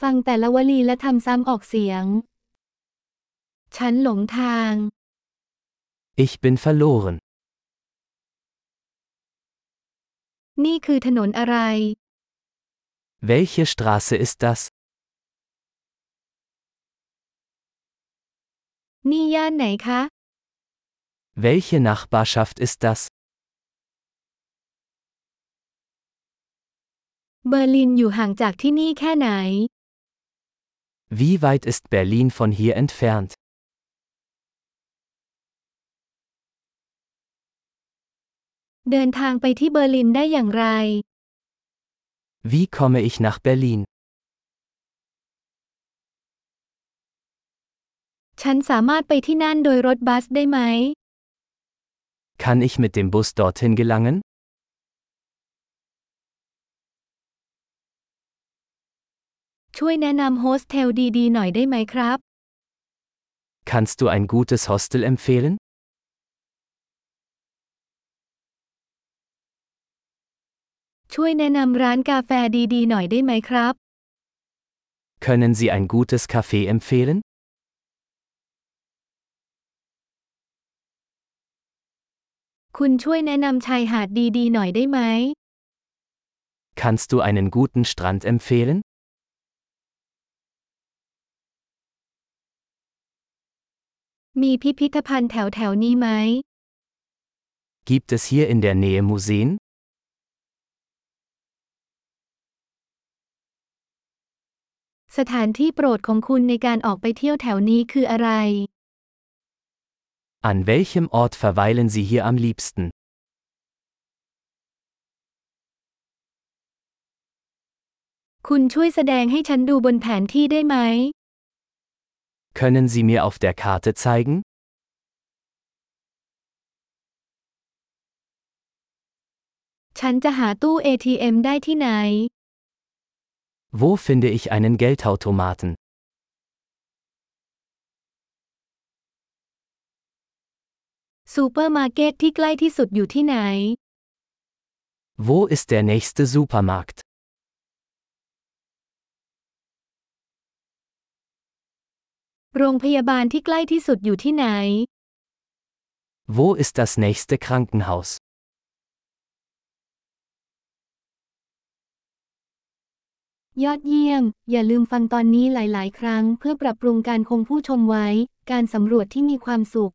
ฟังแต่ละวลีและทำซ้ำออกเสียง ฉันหลงทาง Ich bin verloren. นี่คือถนนอะไร Welche Straße ist das? นี่ย่านไหนคะ Welche Nachbarschaft ist das? เบอร์ลินอยู่ห่างจากที่นี่แค่ไหน Wie weit ist Berlin von hier entfernt? เดินทางไปที่เบอร์ลินได้อย่างไร Wie komme ich nach Berlin? ฉันสามารถไปที่นั่นโดยรถบัสได้ไหม Kann ich mit dem Bus dorthin gelangen? ช่วยแนะนำโฮสเทลดีๆหน่อยได้ไหมครับ Kannst du ein gutes Hostel empfehlen? ช่วยแนะนำร้านกาแฟดีๆหน่อยได้ไหมครับ Können Sie ein gutes Café empfehlen? คุณช่วยแนะนำชายหาดดีๆหน่อยได้ไหม Kannst du einen guten Strand empfehlen? มีพิพิธภัณฑ์แถวๆนี้ไหม Gibt es hier in der Nähe Museen? สถานที่โปรดของคุณในการออกไปเที่ยวแถวนี้คืออะไร An welchem Ort verweilen Sie hier am liebsten? คุณช่วยแสดงให้ฉันดูบนแผนที่ได้ไหม Können Sie mir auf der Karte zeigen? ฉันจะหาตู้ ATM ได้ที่ไหน Wo finde ich einen Geldautomaten? ซูเปอร์มาร์เก็ตที่ใกล้ที่สุดอยู่ที่ไหน Wo ist der nächste Supermarkt? โรงพยาบาลที่ใกล้ที่สุดอยู่ที่ไหน Wo ist das nächste Krankenhaus? ยอดเยี่ยม อย่าลืมฟังตอนนี้หลาย ๆ ครั้ง เพื่อปรับปรุงการคงผู้ชมไว้ การสำรวจที่มีความสุข